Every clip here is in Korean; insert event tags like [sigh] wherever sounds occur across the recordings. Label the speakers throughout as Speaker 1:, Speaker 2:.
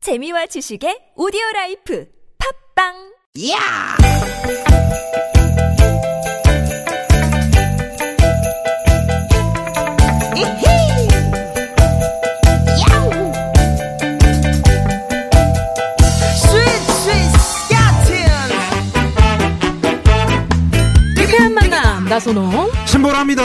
Speaker 1: 재미와 지식의 오디오 라이프 팝빵!
Speaker 2: 야! 이히! 야우! 스윗, 스윗, 야
Speaker 3: 유쾌한 만남 나선홍
Speaker 4: 신보라입니다.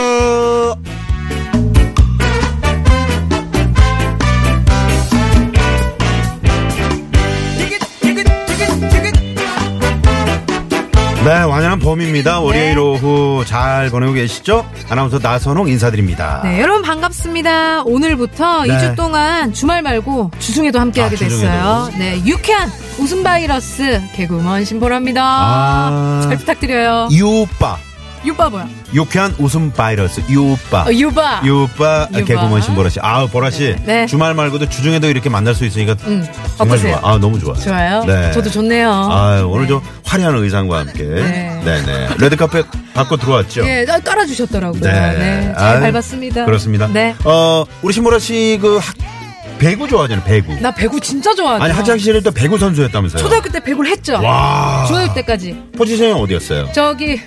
Speaker 4: 네, 완연한
Speaker 3: 네.
Speaker 4: 봄입니다. 월요일 오후 잘 보내고 계시죠? 아나운서 나선홍 인사드립니다.
Speaker 3: 네 여러분 반갑습니다 오늘부터
Speaker 4: 아. 네.
Speaker 3: 2주 동안 주말 말고 주중에도 함께하게
Speaker 4: 아, 주중에도.
Speaker 3: 됐어요 네 유쾌한 웃음 바이러스 개그우먼 신보라입니다
Speaker 4: 아.
Speaker 3: 잘 부탁드려요
Speaker 4: 유빠,
Speaker 3: 유빠 뭐야
Speaker 4: 유쾌한 웃음 바이러스, 유빠.
Speaker 3: 어, 유빠
Speaker 4: 유빠
Speaker 3: 유빠.
Speaker 4: 개그먼 신보라 씨. 아, 보라 씨.
Speaker 3: 네.
Speaker 4: 주말 말고도 주중에도 이렇게 만날 수 있으니까
Speaker 3: 음,
Speaker 4: 정말
Speaker 3: 어떠세요?
Speaker 4: 좋아. 아, 너무 좋아.
Speaker 3: 좋아요
Speaker 4: 네.
Speaker 3: 저도 좋네요
Speaker 4: 아, 오늘 좀 화려한 의상과 함께.
Speaker 3: 네.
Speaker 4: 네, 네. 레드카펫 받고 들어왔죠?
Speaker 3: 예 아, 깔아주셨더라고요 네, 잘
Speaker 4: 네. 아유,
Speaker 3: 밟았습니다
Speaker 4: 그렇습니다.
Speaker 3: 네나
Speaker 4: 어, 우리 신보라 씨 그 배구 좋아하잖아요, 배구.
Speaker 3: 배구 진짜 좋아하죠
Speaker 4: 아니, 학창 시절에 또 배구 선수였다면서요.
Speaker 3: 네. 초등학교 때 배구를 했죠
Speaker 4: 와.
Speaker 3: 중학교 때까지
Speaker 4: 포지션이 어디였어요?
Speaker 3: 저기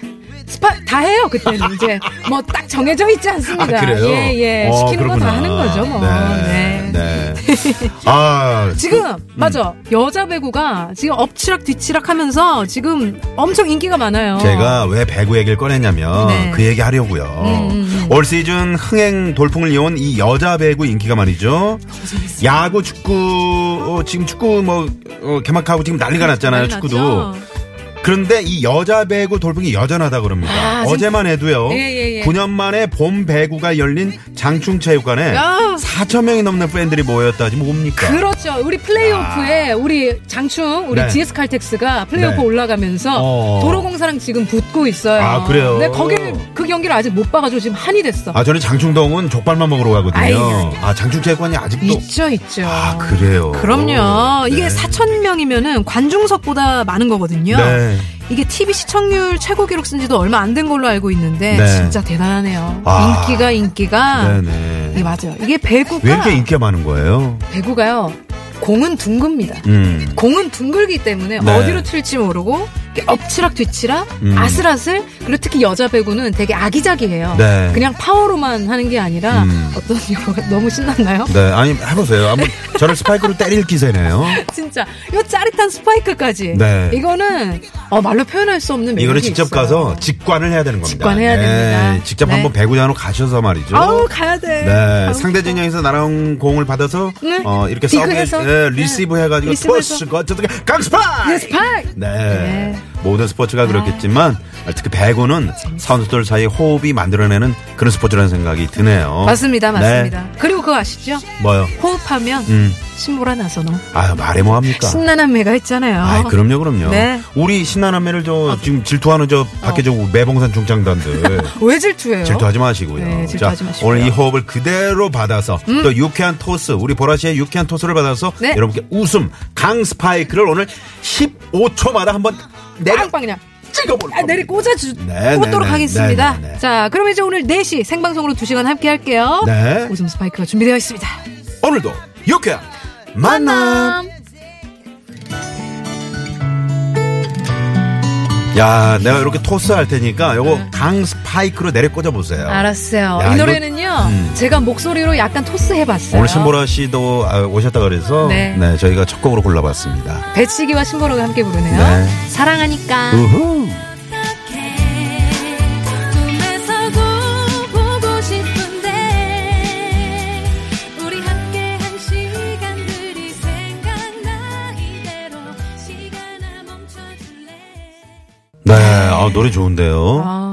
Speaker 3: 스파 다 해요 그때는 이제 뭐 딱 정해져 있지 않습니다.
Speaker 4: 아, 그래요?
Speaker 3: 예예
Speaker 4: 어,
Speaker 3: 시키는 거 다
Speaker 4: 그렇구나.
Speaker 3: 하는 거죠 뭐.
Speaker 4: 네.
Speaker 3: 네. 어.
Speaker 4: 네.
Speaker 3: [laughs]
Speaker 4: 아.
Speaker 3: 지금 맞아 여자 배구가 지금 엎치락 뒤치락 하면서 지금 엄청 인기가 많아요.
Speaker 4: 제가 왜 배구 얘기를 꺼냈냐면
Speaker 3: 네. 음,
Speaker 4: 그 얘기 하려고요. 올 시즌 흥행 돌풍을 이어온 이 여자 배구 인기가 말이죠. 야구, 축구, 어, 지금 축구 뭐 어, 개막하고 지금 난리가 났잖아요.
Speaker 3: 난리
Speaker 4: 축구도.
Speaker 3: 났죠?
Speaker 4: 그런데 이 여자 배구 돌풍이 여전하다 그럽니다.
Speaker 3: 아, 지금-
Speaker 4: 어제만 해도요.
Speaker 3: 예, 예, 예.
Speaker 4: 9년 만에 봄 배구가 열린 장충체육관에
Speaker 3: 야.
Speaker 4: 4천 명이 넘는 팬들이 모였다지 뭡니까?
Speaker 3: 아, 그렇죠. 우리 플레이오프에 우리 장충 우리
Speaker 4: 아. 네.
Speaker 3: GS 칼텍스가 플레이오프
Speaker 4: 네.
Speaker 3: 올라가면서
Speaker 4: 어.
Speaker 3: 도로공사랑 지금 붙고 있어요.
Speaker 4: 아, 그래요?
Speaker 3: 근데 거기 그 경기를 아직 못 봐가지고 지금 한이 됐어.
Speaker 4: 아 저는 장충동은 족발만 먹으러 가거든요.
Speaker 3: 아이고.
Speaker 4: 아 장충체육관이 아직도
Speaker 3: 있죠, 있죠.
Speaker 4: 아 그래요.
Speaker 3: 그럼요.
Speaker 4: 네.
Speaker 3: 이게 4천 명이면은 관중석보다 많은 거거든요.
Speaker 4: 네.
Speaker 3: 이게 TV 시청률 최고 기록 쓴 지도 얼마 안 된 걸로 알고 있는데
Speaker 4: 네.
Speaker 3: 진짜 대단하네요.
Speaker 4: 아.
Speaker 3: 인기가 인기가
Speaker 4: 네네.
Speaker 3: 이게 맞아요. 이게 배구가
Speaker 4: 왜 이렇게 인기가 많은 거예요?
Speaker 3: 배구가요. 공은 둥급니다.
Speaker 4: 음.
Speaker 3: 공은 둥글기 때문에
Speaker 4: 네.
Speaker 3: 어디로 튈지 모르고 이렇게 엎치락 뒤치락
Speaker 4: 음.
Speaker 3: 아슬아슬 그리고 특히 여자 배구는 되게 아기자기해요.
Speaker 4: 네.
Speaker 3: 그냥 파워로만 하는 게 아니라
Speaker 4: 음.
Speaker 3: 어떤 [laughs] 영화 너무 신났나요?
Speaker 4: 네, 아니 해보세요. 한번 저를 스파이크로 때릴
Speaker 3: [laughs]
Speaker 4: 기세네요.
Speaker 3: 진짜 이 짜릿한 스파이크까지
Speaker 4: 네.
Speaker 3: 이거는 어, 말로 표현할 수 없는 매력이
Speaker 4: 이거를 직접
Speaker 3: 있어요.
Speaker 4: 가서 직관을 해야 되는 겁니다.
Speaker 3: 직관해야 됩니다.
Speaker 4: 직접
Speaker 3: 네.
Speaker 4: 한번 배구장으로 가셔서 말이죠.
Speaker 3: 아우 가야 돼.
Speaker 4: 네,
Speaker 3: 아우,
Speaker 4: 상대 진영에서 나랑 공을 받아서
Speaker 3: 네.
Speaker 4: 어, 이렇게 서브에
Speaker 3: 디그해서. 네.
Speaker 4: 예, 리시브 해가지고
Speaker 3: 리시브해서.
Speaker 4: 토스 어떻게 강스파!
Speaker 3: 네, 스파이크.
Speaker 4: 네.
Speaker 3: 네.
Speaker 4: 모든 스포츠가 그렇겠지만 특히 배구는 선수들 사이 호흡이 만들어내는 그런 스포츠라는 생각이 드네요.
Speaker 3: 맞습니다,
Speaker 4: 네.
Speaker 3: 맞습니다. 그리고 그거 아시죠?
Speaker 4: 뭐요?
Speaker 3: 호흡하면
Speaker 4: 음.
Speaker 3: 신보라 나서노
Speaker 4: 아 말해 뭐 합니까?
Speaker 3: 신나는 매가 했잖아요.
Speaker 4: 아, 그럼요, 그럼요.
Speaker 3: 네. 아. 어.
Speaker 4: 우리 신나남매를 저 지금 질투하는 저 밖에 저 매봉산 중창단들
Speaker 3: 왜 질투해요?
Speaker 4: 질투하지 마시고요.
Speaker 3: 그렇죠? 네, 질투하지
Speaker 4: 자,
Speaker 3: 마시고요. 음.
Speaker 4: 오늘 이 호흡을 그대로 받아서 또 유쾌한 토스, 우리 보라 씨의 유쾌한 토스를 받아서
Speaker 3: 네.
Speaker 4: 여러분께 웃음, 강 스파이크를 오늘 15초마다 한번 내려
Speaker 3: 빵빵 그냥
Speaker 4: 찍어볼
Speaker 3: 아,
Speaker 4: 겁니다.
Speaker 3: 내리 꽂아주
Speaker 4: 네,
Speaker 3: 꽂도록
Speaker 4: 네, 네,
Speaker 3: 하겠습니다.
Speaker 4: 네, 네, 네.
Speaker 3: 자, 그럼 이제 오늘 4시 생방송으로 2시간 함께 할게요.
Speaker 4: 네.
Speaker 3: 웃음 스파이크가 준비되어 있습니다.
Speaker 4: 오늘도 유쾌한 만남. 야, 내가 이렇게 토스 할 테니까 요거 강 스파이크로 내려 꽂아 보세요.
Speaker 3: 음. 알았어요.
Speaker 4: 야,
Speaker 3: 이
Speaker 4: 이거- 음.
Speaker 3: 노래는요. 제가 목소리로 약간 토스 해 봤어요.
Speaker 4: 오늘 신보라 씨도 아, 오셨다 그래서
Speaker 3: 네.
Speaker 4: 네. 저희가 첫 곡으로 골라봤습니다.
Speaker 3: 배치기와 신보라가 함께 부르네요.
Speaker 4: 네.
Speaker 3: 사랑하니까.
Speaker 4: 우후.
Speaker 5: 꿈에서도 보고 싶은데 우리 함께한 시간들이 생각나 이대로 시간아 멈춰줄래
Speaker 4: 네, 아, 노래 좋은데요.
Speaker 3: 아,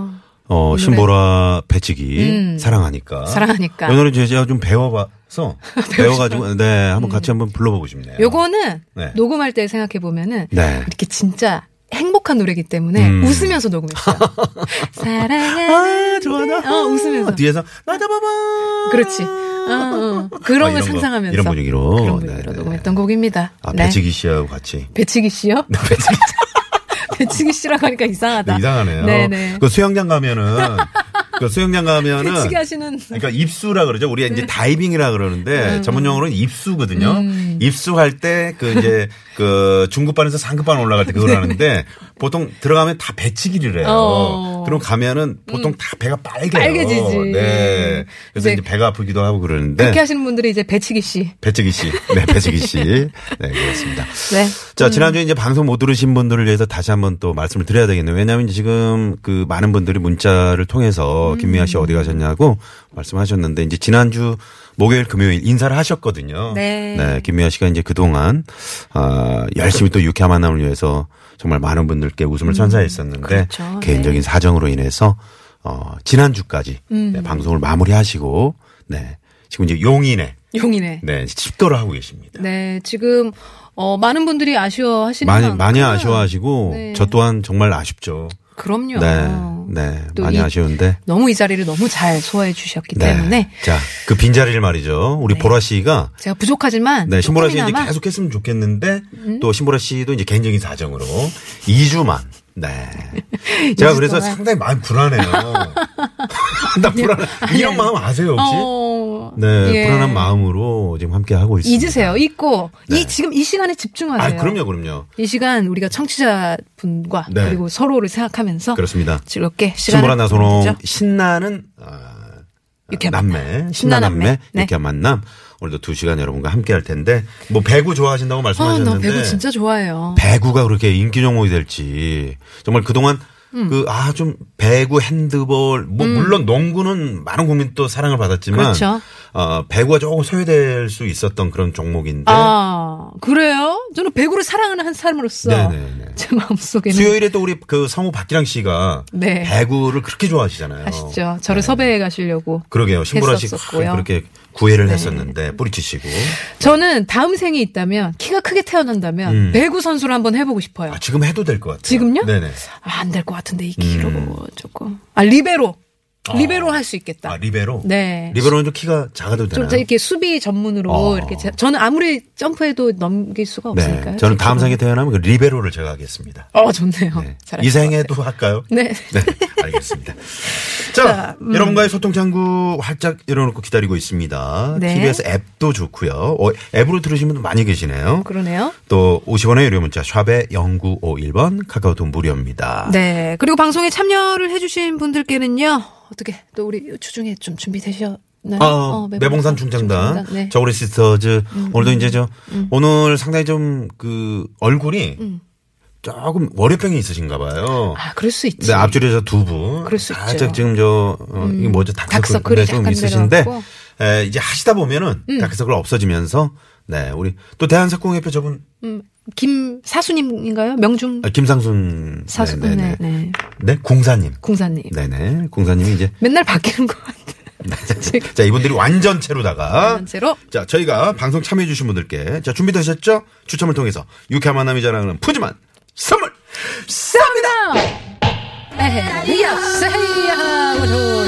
Speaker 4: 어, 신보라 배치기 사랑하니까.
Speaker 3: 음. 사랑하니까. 아,
Speaker 4: 이 노래 제가 좀
Speaker 3: [laughs]
Speaker 4: 배워봐서 배워가지고 네 한번 같이 한번 불러보고 싶네요.
Speaker 3: 음. 요거는
Speaker 4: 네.
Speaker 3: 녹음할 때 생각해 보면은
Speaker 4: 네.
Speaker 3: 이렇게 진짜 행복한 노래기 때문에
Speaker 4: 음.
Speaker 3: 웃으면서
Speaker 4: [laughs]
Speaker 3: 녹음했어요. 사랑하는
Speaker 4: 아 좋아나.
Speaker 3: 어, 웃으면서.
Speaker 4: 뒤에서 나 잡아봐.
Speaker 3: 그렇지. 어, 어.
Speaker 4: 아,
Speaker 3: 그런
Speaker 4: 이런
Speaker 3: 걸
Speaker 4: 거,
Speaker 3: 상상하면서
Speaker 4: 이런 분위기로.
Speaker 3: 그런
Speaker 4: 네,
Speaker 3: 분위기로
Speaker 4: 네.
Speaker 3: 녹음했던 곡입니다. 네.
Speaker 4: 아 배치기 씨하고 같이.
Speaker 3: 배치기
Speaker 4: [laughs]
Speaker 3: 씨요? [laughs] 배치기 씨라고 하니까 이상하다.
Speaker 4: 네, 이상하네요.
Speaker 3: 네네. [laughs]
Speaker 4: 그 수영장 가면은 그 수영장 가면은
Speaker 3: 치게 하시는.
Speaker 4: 그러니까 입수라 그러죠. 우리가
Speaker 3: 네.
Speaker 4: 이제 다이빙이라
Speaker 3: 음,
Speaker 4: 그러는데 전문 용어로는 입수거든요. 입수할 때 그
Speaker 3: [laughs]
Speaker 4: 이제 그 중급반에서 상급반 올라갈 때 그걸 하는데 보통 들어가면 다 배치기를 해요.
Speaker 3: 네. 어. 음.
Speaker 4: 그럼 가면은 보통 다 배가 빨개요.
Speaker 3: 빨개지지.
Speaker 4: 네. 그래서
Speaker 3: 네.
Speaker 4: 이제 배가 아프기도 하고 그러는데
Speaker 3: 그렇게 하시는 분들이 이제 배치기 씨.
Speaker 4: 배치기 씨. 네, 배치기 씨. 네, 그렇습니다.
Speaker 3: 네.
Speaker 4: 자, 지난주에 이제 방송 못 들으신 분들을 위해서 다시 한번 또 말씀을 드려야 되겠네요. 왜냐하면 지금 그 많은 분들이 문자를
Speaker 3: 음.
Speaker 4: 통해서 김미아 씨 어디 가셨냐고 말씀하셨는데 이제 지난주 목요일 금요일 인사를 하셨거든요.
Speaker 3: 네.
Speaker 4: 김미아 씨가 이제 그동안 아, 열심히 또 유쾌한 만남을 위해서 정말 많은 분들께 웃음을 선사했었는데
Speaker 3: 그렇죠.
Speaker 4: 개인적인 사정으로 인해서 어, 지난주까지
Speaker 3: 음.
Speaker 4: 네, 방송을 마무리하시고 네. 지금 이제 용인에
Speaker 3: 용이네.
Speaker 4: 네, 집도를 하고 계십니다.
Speaker 3: 네, 지금 어, 많은 분들이 아쉬워하시는
Speaker 4: 많이
Speaker 3: 만큼
Speaker 4: 많이 아쉬워하시고
Speaker 3: 네.
Speaker 4: 저 또한 정말 아쉽죠.
Speaker 3: 그럼요.
Speaker 4: 네, 네
Speaker 3: 또
Speaker 4: 많이
Speaker 3: 이-
Speaker 4: 아쉬운데.
Speaker 3: 너무 이 자리를 너무 잘 소화해 주셨기
Speaker 4: 네.
Speaker 3: 때문에 네.
Speaker 4: 자그 빈자리를 말이죠. 우리 보라 씨가
Speaker 3: 제가 부족하지만
Speaker 4: 네 신보라 씨 이제
Speaker 3: 조금이나마
Speaker 4: 계속했으면 좋겠는데
Speaker 3: 음?
Speaker 4: 또 신보라 씨도 이제 개인적인 사정으로 2주만.
Speaker 3: [laughs]
Speaker 4: 네. 제가
Speaker 3: 이주
Speaker 4: 그래서
Speaker 3: 동안.
Speaker 4: 상당히 마음
Speaker 3: [laughs]
Speaker 4: 불안해요. 나 불안. 이런 마음 아세요 혹시?
Speaker 3: 네. 어,
Speaker 4: 네
Speaker 3: 예.
Speaker 4: 불안한 마음으로 지금 함께 하고 있습니다.
Speaker 3: 잊으세요. 잊고
Speaker 4: 네.
Speaker 3: 이 지금 이 시간에 집중하세요.
Speaker 4: 아 그럼요 그럼요.
Speaker 3: 이 시간 우리가 청취자분과
Speaker 4: 네.
Speaker 3: 그리고 서로를 생각하면서
Speaker 4: 그렇습니다.
Speaker 3: 즐겁게
Speaker 4: 신보라
Speaker 3: 시간을
Speaker 4: 나선홍
Speaker 3: 보내죠.
Speaker 4: 신나는 아,
Speaker 3: 유쾌한
Speaker 4: 남매
Speaker 3: 신나는
Speaker 4: 신나남매
Speaker 3: 남매. 네.
Speaker 4: 유쾌한 만남 오늘도 두 시간 여러분과 함께 할 텐데 뭐 배구 좋아하신다고
Speaker 3: 아,
Speaker 4: 말씀하셨는데
Speaker 3: 나 배구 진짜 좋아해요.
Speaker 4: 배구가 그렇게 인기 종목이 될지 정말 그동안
Speaker 3: 음.
Speaker 4: 그 아 좀 배구 핸드볼 뭐 물론 농구는 많은 국민 또 사랑을 받았지만
Speaker 3: 그렇죠.
Speaker 4: 어, 배구가 조금 소외될 수 있었던 그런 종목인데
Speaker 3: 아, 그래요? 저는 배구를 사랑하는 한 사람으로서
Speaker 4: 네네네.
Speaker 3: 제 마음속에는
Speaker 4: 수요일에 또 우리 그 성우 박기랑 씨가
Speaker 3: 네.
Speaker 4: 배구를 그렇게 좋아하시잖아요.
Speaker 3: 아시죠?
Speaker 4: 네.
Speaker 3: 저를 섭외해 가시려고.
Speaker 4: 그러게요. 신보라 씨
Speaker 3: 했었었고요. 네.
Speaker 4: 그렇게 구애를 했었는데 뿌리치시고
Speaker 3: 저는 다음 생이 있다면 키가 크게 태어난다면
Speaker 4: 음.
Speaker 3: 배구 선수를 한번 해보고 싶어요.
Speaker 4: 아, 음. 지금 해도 될 것 같아요.
Speaker 3: 지금요?
Speaker 4: 네네.
Speaker 3: 안 될 것 같은데 이 키로 조금. 아 리베로. 리베로 할 수 있겠다.
Speaker 4: 어. 아 리베로.
Speaker 3: 네.
Speaker 4: 리베로는 좀 키가 작아도 되나요?
Speaker 3: 좀 이렇게 수비 전문으로
Speaker 4: 어.
Speaker 3: 이렇게 제- 저는 아무리 점프해도 넘길 수가 없으니까요.
Speaker 4: 네. 저는 다음
Speaker 3: 저는-
Speaker 4: 생에 태어나면 그 리베로를 제가 하겠습니다.
Speaker 3: 어 좋네요.
Speaker 4: 네.
Speaker 3: 잘하실
Speaker 4: 이
Speaker 3: 것
Speaker 4: 생에도 할까요?
Speaker 3: 같아요. [laughs] 네. 음.
Speaker 4: 네,
Speaker 3: [laughs]
Speaker 4: 알겠습니다. 자, 여러분과의 소통 창구 활짝 열어놓고 기다리고 있습니다.
Speaker 3: 네.
Speaker 4: TBS 앱도 좋고요. 어, 앱으로 들으시는 분 많이 계시네요.
Speaker 3: 그러네요.
Speaker 4: 또 50원의 유료 문자 샵에 0951번 카카오톡 무료입니다.
Speaker 3: 네. 그리고 방송에 참여를 해주신 분들께는요. 어떻게 또 우리 추중에 좀 준비되셨나요?
Speaker 4: 아,
Speaker 3: 어,
Speaker 4: 매봉산 중창단,
Speaker 3: 네. 음,
Speaker 4: 저우리 시스터즈. 오늘도 이제 저 오늘 상당히 좀 그 얼굴이 조금 월요병이 있으신가 봐요.
Speaker 3: 음. 아 그럴 수 있지.
Speaker 4: 네, 앞줄에서 두 분.
Speaker 3: 그럴 수
Speaker 4: 살짝
Speaker 3: 있죠. 음.
Speaker 4: 지금 저, 어, 이게 뭐죠? 다크서클.
Speaker 3: 다크서클이
Speaker 4: 네, 좀
Speaker 3: 약간
Speaker 4: 있으신데,
Speaker 3: 내려왔고. 음.
Speaker 4: 에, 이제 하시다 보면은 다크서클 없어지면서, 네, 우리 또 대한사공협회 저분,
Speaker 3: 음, 김사수님인가요? 명중
Speaker 4: 아, 김상순.
Speaker 3: 사수.
Speaker 4: 네, 네, 네.
Speaker 3: 네.
Speaker 4: 네, 공사님.
Speaker 3: 공사님.
Speaker 4: 네네. 공사님이 이제.
Speaker 3: 맨날 바뀌는 것 같아요. [laughs] 제가
Speaker 4: 자, 이분들이 완전체로다가.
Speaker 3: 전체로
Speaker 4: 자, 저희가 방송 참여해주신 분들께, 자, 준비되셨죠? 추첨을 통해서 유쾌한 만남이 자랑하는 푸짐한 선물!
Speaker 3: 쌉니다. 뭐 에헤이야세이야으로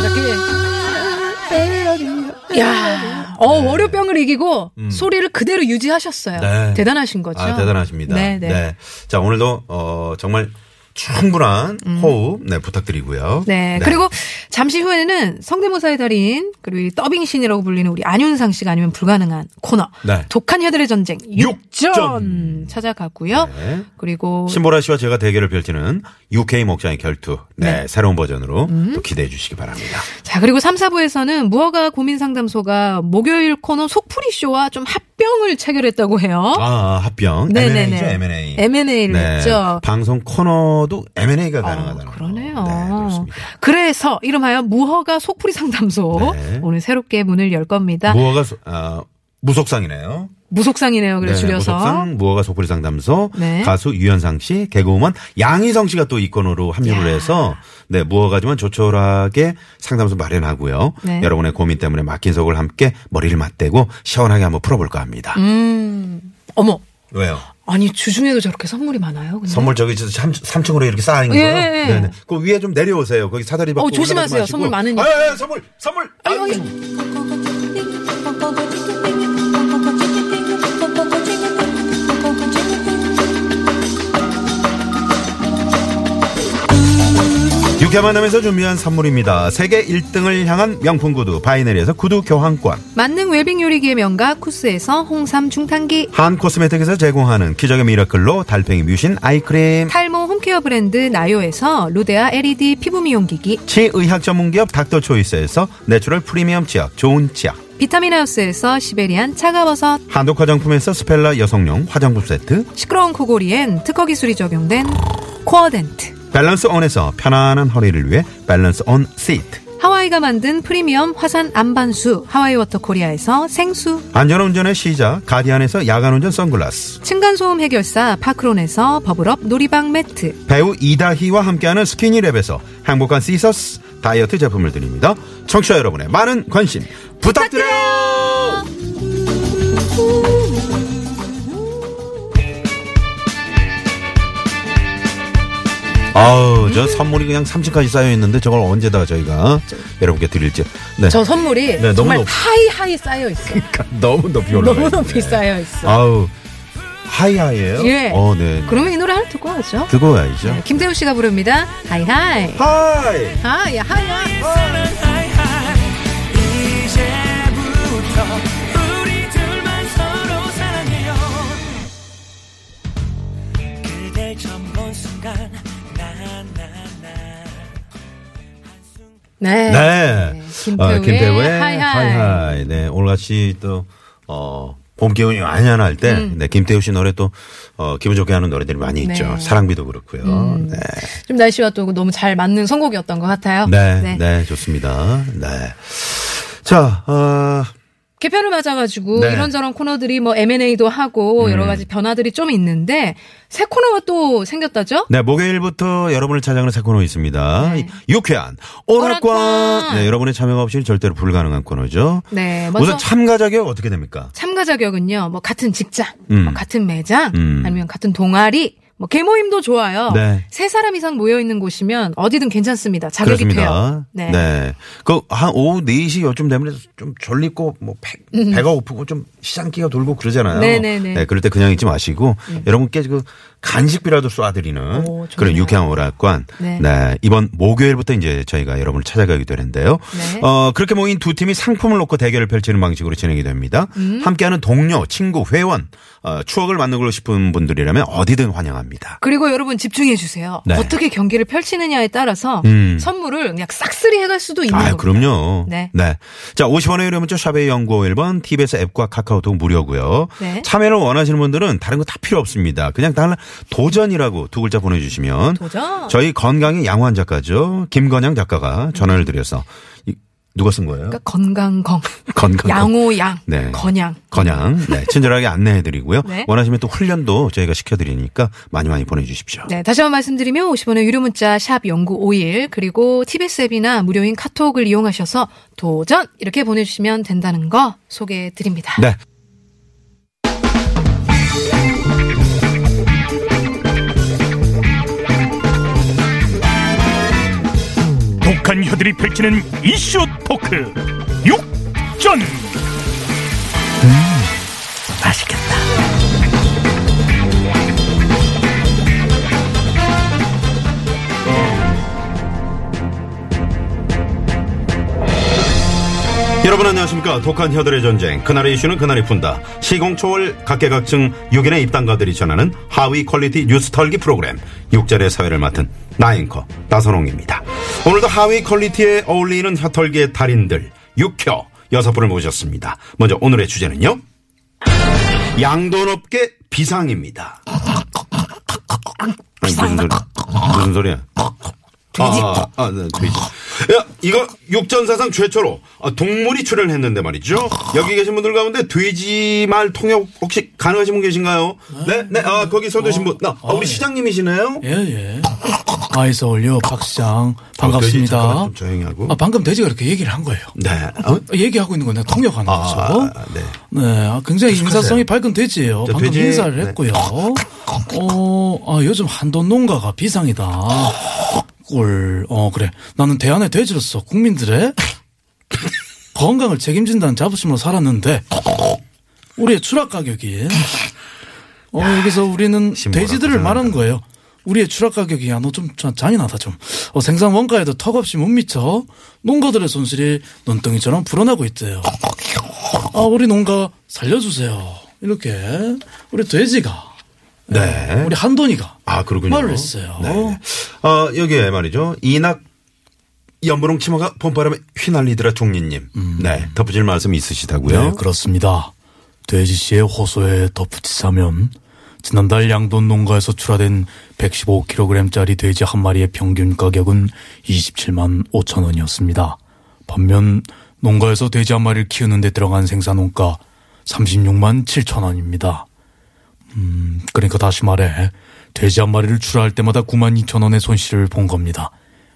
Speaker 3: 야, 어 월요병을 이기고 소리를 그대로 유지하셨어요.
Speaker 4: 음. 네.
Speaker 3: 대단하신 거죠.
Speaker 4: 아, 대단하십니다.
Speaker 3: 네, 네. 네.
Speaker 4: 자, 오늘도, 어, 정말 충분한 호흡, 네, 부탁드리고요.
Speaker 3: 음.
Speaker 4: 네.
Speaker 3: 그리고 잠시 후에는 성대모사의 달인 그리고 이 더빙 신이라고 불리는 우리 안윤상 씨가 아니면 불가능한 코너
Speaker 4: 네.
Speaker 3: 독한 혀들의 전쟁
Speaker 4: 육전.
Speaker 3: 6전 찾아갔고요.
Speaker 4: 네.
Speaker 3: 그리고
Speaker 4: 신보라 씨와 제가 대결을 펼치는 UK 목장의 결투. 네, 새로운 버전으로 또
Speaker 3: 음.
Speaker 4: 기대해 주시기 바랍니다.
Speaker 3: 자, 그리고 3, 4부에서는 무허가 고민 상담소가 목요일 코너 속풀이 쇼와 좀 합병을 체결했다고 해요.
Speaker 4: 아, 합병.
Speaker 3: 어? 네네네.
Speaker 4: M&A죠, M&A.
Speaker 3: M&A를 했죠.
Speaker 4: 방송 코너도 네. M&A가 가능하다는
Speaker 3: 어,
Speaker 4: 거.
Speaker 3: 그러네요.
Speaker 4: 네, 그렇습니다.
Speaker 3: 그래서 이름하여 무허가 속풀이 상담소
Speaker 4: 네.
Speaker 3: 오늘 새롭게 문을 열 겁니다.
Speaker 4: 무허가 소- 아, 무속상이네요.
Speaker 3: 무속상이네요. 그래 서
Speaker 4: 네,
Speaker 3: 줄여서.
Speaker 4: 무속상, 무허가 소풀이 상담소,
Speaker 3: 네.
Speaker 4: 가수 유현상 씨, 개그우먼 양희성 씨가 또 이권으로 합류를
Speaker 3: 야.
Speaker 4: 해서 네 무허가지만 조촐하게 상담소 마련하고요.
Speaker 3: 네.
Speaker 4: 여러분의 고민 때문에 막힌 속을 함께 머리를 맞대고 시원하게 한번 풀어볼까 합니다.
Speaker 3: 음. 어머.
Speaker 4: 왜요?
Speaker 3: 아니 주중에도 저렇게 선물이 많아요. 근데?
Speaker 4: 선물 저기 저 삼- 3층으로 이렇게 쌓인
Speaker 3: 예,
Speaker 4: 거예요.
Speaker 3: 예, 예.
Speaker 4: 네네. 그 위에 좀 내려오세요. 거기 사다리 밟고
Speaker 3: 어, 조심하세요.
Speaker 4: 올라가지 마시고.
Speaker 3: 선물 많으니까.
Speaker 4: 아, 아, 아, 선물, 선물. 아유,
Speaker 3: 아유, 아유.
Speaker 4: 유쾌한 유쾌한 만남에서 준비한 선물입니다. 세계 1등을 향한 명품 구두 바이네리에서 구두 교환권
Speaker 3: 만능 웰빙 요리기의 명가 쿠스에서 홍삼 중탕기
Speaker 4: 한 코스메틱에서 제공하는 기적의 미라클로 달팽이 뮤신 아이크림
Speaker 3: 탈모 홈케어 브랜드 나요에서 루데아 LED 피부 미용기기
Speaker 4: 치의학 전문기업 닥터초이스에서 내추럴 프리미엄 치약 좋은 치약
Speaker 3: 비타민 하우스에서 시베리안 차가버섯
Speaker 4: 한독 화장품에서 스펠라 여성용 화장품 세트
Speaker 3: 시끄러운 코골이엔 특허 기술이 적용된 코어덴트
Speaker 4: 밸런스 온에서 편안한 허리를 위해 밸런스 온 시트
Speaker 3: 하와이가 만든 프리미엄 화산 안반수 하와이 워터 코리아에서 생수
Speaker 4: 안전운전의 시작 가디안에서 야간운전 선글라스
Speaker 3: 층간소음 해결사 파크론에서 버블업 놀이방 매트
Speaker 4: 배우 이다희와 함께하는 스키니랩에서 행복한 시서스 다이어트 제품을 드립니다 청취자 여러분의 많은 관심 부탁드려요 아우 저 선물이 그냥 3층까지 쌓여있는데 저걸 언제다 저희가 여러분께 드릴지 네.
Speaker 3: 저 선물이
Speaker 4: 네, 너무
Speaker 3: 정말
Speaker 4: 높-
Speaker 3: 하이하이 쌓여 있어. 요
Speaker 4: 너무 높이 올라가
Speaker 3: [laughs] 너무
Speaker 4: 있네.
Speaker 3: 높이 쌓여 있어.
Speaker 4: 아우 하이하이예요
Speaker 3: 예.
Speaker 4: 어, 네.
Speaker 3: 그러면 이 노래 하나 듣고 가죠.
Speaker 4: 듣고 와야죠
Speaker 3: 네, 김태우 씨가 부릅니다. 하이하이.
Speaker 4: 하이
Speaker 3: 하이 하이.
Speaker 2: 이제부터 우리 둘만 서로 사랑해요 그댈 처음 본 순간 나나나
Speaker 3: 네.
Speaker 4: 네.
Speaker 3: 김태우의
Speaker 4: 어, 김태우의
Speaker 3: 하이하이.
Speaker 4: 하이하이. 네. 오늘 같이 또, 어, 봄 기운이 많이 안 할 때, 네, 김태우 씨 노래 또, 어, 기분 좋게 하는 노래들이 많이
Speaker 3: 음. 네. 음.
Speaker 4: 있죠. 사랑비도 그렇고요. 네.
Speaker 3: 좀 날씨와 또 너무 잘 맞는 선곡이었던 것 같아요.
Speaker 4: 네, 네. 좋습니다. 네. 자, 어,
Speaker 3: 개편을 맞아가지고
Speaker 4: 네.
Speaker 3: 이런저런 코너들이 뭐 M&A도 하고 여러 가지 변화들이 좀 있는데 새 코너가 또 생겼다죠?
Speaker 4: 네, 목요일부터 여러분을 찾아가는 새 코너 있습니다.
Speaker 3: 네.
Speaker 4: 유쾌한
Speaker 3: 오락관!
Speaker 4: 오락관! 네, 여러분의 참여가 없이는 절대로 불가능한 코너죠.
Speaker 3: 네, 먼저
Speaker 4: 우선 참가 자격 어떻게 됩니까?
Speaker 3: 참가 자격은요. 뭐 같은 직장,
Speaker 4: 음.
Speaker 3: 뭐 같은 매장,
Speaker 4: 음.
Speaker 3: 아니면 같은 동아리, 뭐 개모임도 좋아요.
Speaker 4: 네.
Speaker 3: 세 사람 이상 모여 있는 곳이면 어디든 괜찮습니다. 자격이 돼요.
Speaker 4: 그렇습니다.
Speaker 3: 네.
Speaker 4: 네. 그, 한 오후 4시 요쯤 되면 좀 졸리고, 뭐, 배, 배가 고프고, 좀 시장기가 돌고 그러잖아요.
Speaker 3: 음. 네네네. 음.
Speaker 4: 그럴 때 그냥 있지 마시고, 여러분께 그 간식비라도 쏴드리는
Speaker 3: 오, 좋네요.
Speaker 4: 그런 유쾌한 오락관.
Speaker 3: 네.
Speaker 4: 네. 이번 목요일부터 이제 저희가 여러분을 찾아가게 되는데요.
Speaker 3: 네.
Speaker 4: 어, 그렇게 모인 두 팀이 상품을 놓고 대결을 펼치는 방식으로 진행이 됩니다.
Speaker 3: 음.
Speaker 4: 함께하는 동료, 친구, 회원, 어, 추억을 만들고 싶은 분들이라면 어디든 환영합니다.
Speaker 3: 그리고 여러분 집중해 주세요.
Speaker 4: 네.
Speaker 3: 어떻게 경기를 펼치느냐에 따라서
Speaker 4: 음.
Speaker 3: 선물을 그냥 싹쓸이 해갈 수도 있는
Speaker 4: 아,
Speaker 3: 겁니다.
Speaker 4: 그럼요.
Speaker 3: 네.
Speaker 4: 네. 자, 50원의 유료 문자 샵의 연구 1번, TBS 앱과 카카오톡 무료고요.
Speaker 3: 네.
Speaker 4: 참여를 원하시는 분들은 다른 거 다 필요 없습니다. 그냥 달라 도전이라고 두 글자 보내 주시면
Speaker 3: 도전.
Speaker 4: 저희 건강의 양환 작가죠. 김건양 작가가 전화를 드려서 이, 누가 쓴 거예요?
Speaker 3: 그러니까 건강검,
Speaker 4: 건강
Speaker 3: 양호양,
Speaker 4: 네.
Speaker 3: 건양.
Speaker 4: 건양. 네, 친절하게 안내해 드리고요.
Speaker 3: [laughs] 네.
Speaker 4: 원하시면 또 훈련도 저희가 시켜 드리니까 많이 많이 보내 주십시오.
Speaker 3: 네, 다시 한번 말씀드리면 50원의 유료 문자 샵 0951 그리고 TBS 앱이나 무료인 카톡을 이용하셔서 도전 이렇게 보내주시면 된다는 거 소개해 드립니다.
Speaker 4: 네.
Speaker 6: 독한 혀들이 펼치는 이슈 토크 육전 맛있겠다
Speaker 4: 여러분 안녕하십니까 독한 혀들의 전쟁 그날의 이슈는 그날이 푼다 시공초월 각계각층 6인의 입당가들이 전하는 하위 퀄리티 뉴스 털기 프로그램 육자리의 사회를 맡은 나인커 나선홍입니다 오늘도 하위 퀄리티에 어울리는 혀털기의 달인들 육혀 여섯 분을 모셨습니다 먼저 오늘의 주제는요 양돈업계 비상입니다 아니, 무슨, 소리, 무슨 소리야 돼지. 아, 아, 네, 돼지. 야, 이거 육전사상 최초로 아, 동물이 출연했는데 말이죠. 여기 계신 분들 가운데 돼지 말 통역 혹시 가능하신 분 계신가요? 네, 네, 아, 거기 서두신 분. 나, 아, 우리 시장님이시네요?
Speaker 7: 예, 예. 아이스 올려, 박 시장. 반갑습니다.
Speaker 4: 아, 돼지 잠깐만 좀 조용히 하고.
Speaker 7: 아, 방금 돼지가 그렇게 얘기를 한 거예요.
Speaker 4: 네. 어?
Speaker 7: 얘기하고 있는 건 내가 통역하는
Speaker 4: 아,
Speaker 7: 거죠.
Speaker 4: 아, 네.
Speaker 7: 아, 굉장히 인사성이 밝은 돼지예요.
Speaker 4: 저
Speaker 7: 방금
Speaker 4: 돼지-
Speaker 7: 인사를
Speaker 4: 네.
Speaker 7: 했고요. 어, 아, 요즘 한돈 농가가 비상이다. 꿀. 어, 그래. 나는 대안의 돼지로서 국민들의 건강을 책임진다는 자부심으로 살았는데 우리의 추락 가격이 어, 여기서 우리는
Speaker 4: 신보라
Speaker 7: 돼지들을
Speaker 4: 고생한다.
Speaker 7: 말하는 거예요. 우리의 추락 가격이 야너좀 잔인하다 좀 어, 생산 원가에도 턱없이 못 미쳐 농가들의 손실이 눈덩이처럼 불어나고 있대요. 아 우리 농가 살려주세요. 이렇게 우리 돼지가
Speaker 4: 네.
Speaker 7: 우리 한돈이가
Speaker 4: 아 그러군요.
Speaker 7: 말을 했어요.
Speaker 4: 네. 어, 여기에 말이죠. 이낙 연무롱 치마가 봄바람에 휘날리더라 종리님. 네. 덧붙일 말씀 있으시다고요?
Speaker 7: 음. 네, 그렇습니다. 돼지 씨의 호소에 덧붙이자면 지난달 양돈 농가에서 출하된 115kg짜리 돼지 한 마리의 평균 가격은 27만 5천 원이었습니다. 반면 농가에서 돼지 한 마리를 키우는 데 들어간 생산 원가 36만 7천 원입니다. 음, 그러니까 다시 말해 돼지 한 마리를 출하할 때마다 9만 2천 원의 손실을 본 겁니다.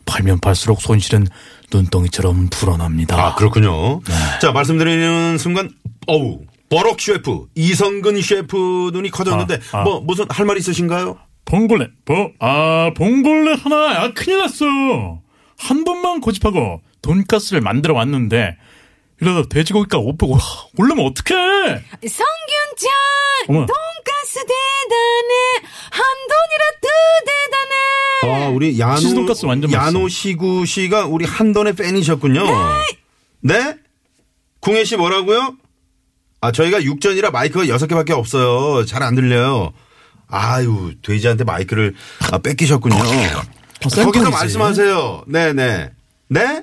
Speaker 7: 팔면 팔수록 손실은 눈덩이처럼 불어납니다.
Speaker 4: 아, 그렇군요.
Speaker 7: 네.
Speaker 4: 자, 말씀드리는 순간, 어우, 버럭 셰프, 이성근 셰프 눈이 커졌는데,
Speaker 6: 아, 아.
Speaker 4: 뭐, 무슨 할 말 있으신가요?
Speaker 6: 봉골레, 보, 아, 봉골레 하나, 아, 큰일 났어. 한 번만 고집하고 돈가스를 만들어 왔는데, 이러다 돼지고기가 오프고, 올르면
Speaker 4: 아,
Speaker 6: 어떡해!
Speaker 1: 성균짱
Speaker 6: 어머.
Speaker 1: 돈가스 대단해 한돈이라도 대단해
Speaker 4: 아, 우리
Speaker 6: 치즈
Speaker 4: 야노,
Speaker 6: 돈가스 완전
Speaker 4: 야노
Speaker 6: 맛있어.
Speaker 4: 시구 씨가 우리 한돈의 팬이셨군요. 네? 궁예 씨 뭐라고요? 아, 저희가 육전이라 마이크가 여섯 개밖에 없어요. 잘 안 들려요. 아유, 돼지한테 마이크를 아, 뺏기셨군요.
Speaker 6: 어,
Speaker 4: 거기서 아,
Speaker 7: 쌤통이지.
Speaker 4: 말씀하세요. 네네. 네?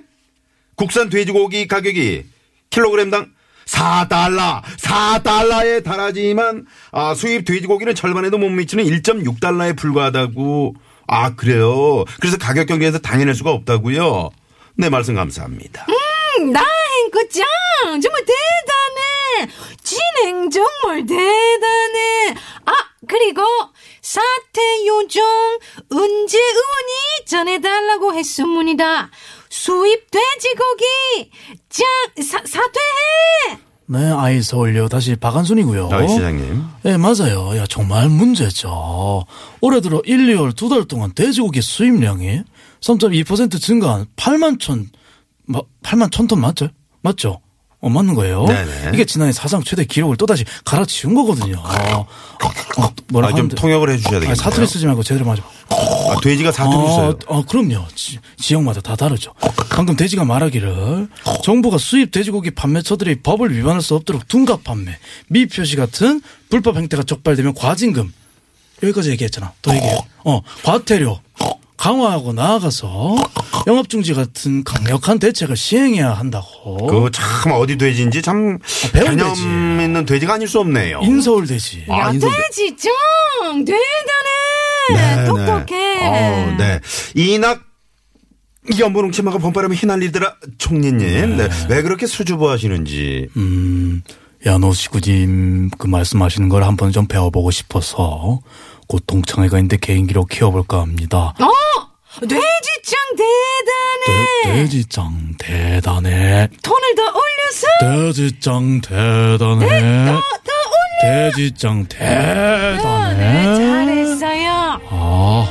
Speaker 4: 국산 돼지고기 가격이 킬로그램당 4달러, 4달러에 달하지만 아, 수입 돼지고기는 절반에도 못 미치는 1.6달러에 불과하다고. 아, 그래요. 그래서 가격 경쟁에서 당해낼 수가 없다고요. 네, 말씀 감사합니다.
Speaker 7: 음.
Speaker 1: 나 행구짱 정말 대단해 진행 정말 대단해 아 그리고 사태 요정 은재 의원이 전해달라고 했습니다 수입 돼지고기 짱 사, 사퇴해
Speaker 7: 네, 아이 서울요. 다시 박한순이고요.
Speaker 4: 아, 시장님.
Speaker 7: 예, 맞아요. 야, 정말 문제죠. 올해 들어 1, 2월 두 달 동안 돼지고기 수입량이 3.2% 증가한 8만 천, 마, 8만 천 톤 맞죠? 맞죠? 어, 맞는 거예요.
Speaker 4: 네네.
Speaker 7: 이게 지난해 사상 최대 기록을 또다시 갈아치운 거거든요. 어, 어, 뭐라
Speaker 4: 아, 좀
Speaker 7: 하는데.
Speaker 4: 통역을 해주셔야
Speaker 7: 아니,
Speaker 4: 되겠네요.
Speaker 7: 사투리 쓰지 말고 제대로 맞아.
Speaker 4: 아, 돼지가 사투리 써요.
Speaker 7: 아, 아, 그럼요. 지, 지역마다 다 다르죠. 방금 돼지가 말하기를 정부가 수입 돼지고기 판매처들이 법을 위반할 수 없도록 둔갑 판매, 미표시 같은 불법 행태가 적발되면 과징금 여기까지 얘기했잖아. 더 얘기해. 어, 과태료 강화하고 나아가서 영업 중지 같은 강력한 대책을 시행해야 한다고.
Speaker 4: 그거 참 어디 돼지인지 참
Speaker 7: 아, 배운
Speaker 4: 개념
Speaker 7: 돼지.
Speaker 4: 있는 돼지가 아닐 수 없네요.
Speaker 7: 인서울 돼지.
Speaker 4: 아, 인서
Speaker 1: 돼지 짱 대단해 네, 똑똑해
Speaker 4: 네, 어, 네. 이낙 연보롱 치마가 번바람에 휘날리더라 총리님. 네. 왜 그렇게 수줍어 하시는지.
Speaker 7: 야노 시구님 그 말씀하시는 걸 한번 좀 배워보고 싶어서 곧 동창회가 있는데 개인기로 키워볼까 합니다.
Speaker 1: 어? 돼지짱 대단해
Speaker 7: 돼-
Speaker 1: 네.
Speaker 7: 돼지짱 대단해.
Speaker 1: 돈을 더 올려서
Speaker 7: 돼지짱 대단해. 돼지짱
Speaker 1: 네,
Speaker 7: 대단해.
Speaker 1: 잘했어요
Speaker 7: 아,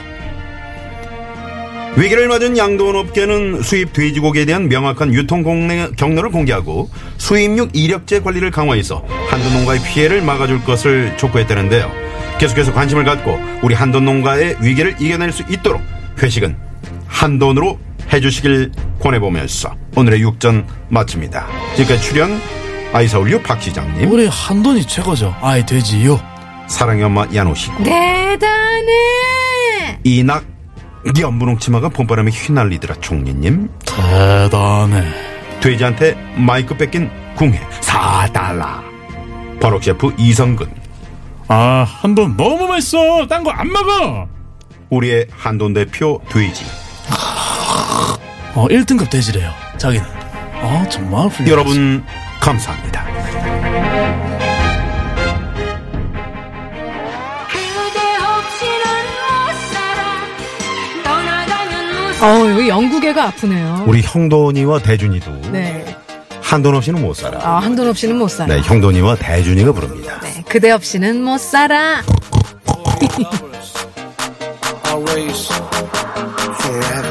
Speaker 4: 위기를 맞은 양돈업계는 수입 돼지고기에 대한 명확한 유통 공래- 경로를 공개하고 수입육 이력제 관리를 강화해서 한돈 농가의 피해를 막아줄 것을 촉구했다는데요. 계속해서 관심을 갖고 우리 한돈 농가의 위기를 이겨낼 수 있도록 회식은 한돈으로 해주시길 권해보면서 오늘의 육전 마칩니다. 지금까지 출연 아이사울류 박 시장님,
Speaker 7: 우리 한돈이 최고죠. 아이 돼지요.
Speaker 4: 사랑의 엄마 야노식,
Speaker 1: 대단해
Speaker 4: 이낙 연분홍 치마가 봄바람에 휘날리더라 총리님,
Speaker 7: 대단해.
Speaker 4: 돼지한테 마이크 뺏긴 궁예 4달러 버럭 셰프 이성근
Speaker 6: 아, 한 번 너무 맛있어. 딴 거 안 먹어.
Speaker 4: 우리의 한돈 대표 돼지
Speaker 7: 어, 1등급 돼지래요. 자기는. 아, 정말 훌륭
Speaker 4: 여러분 감사합니다
Speaker 5: 그대 없이는 못 살아 떠나가면 무슨
Speaker 3: 어우, 여기 영국애가 아프네요.
Speaker 4: 우리 형돈이와 대준이도
Speaker 3: 네.
Speaker 4: 한돈 없이는 못 살아
Speaker 3: 아, 한돈 없이는 못 살아.
Speaker 4: 네 형돈이와 대준이가 부릅니다
Speaker 3: 네, 그대 없이는 못 살아.
Speaker 8: Always forever.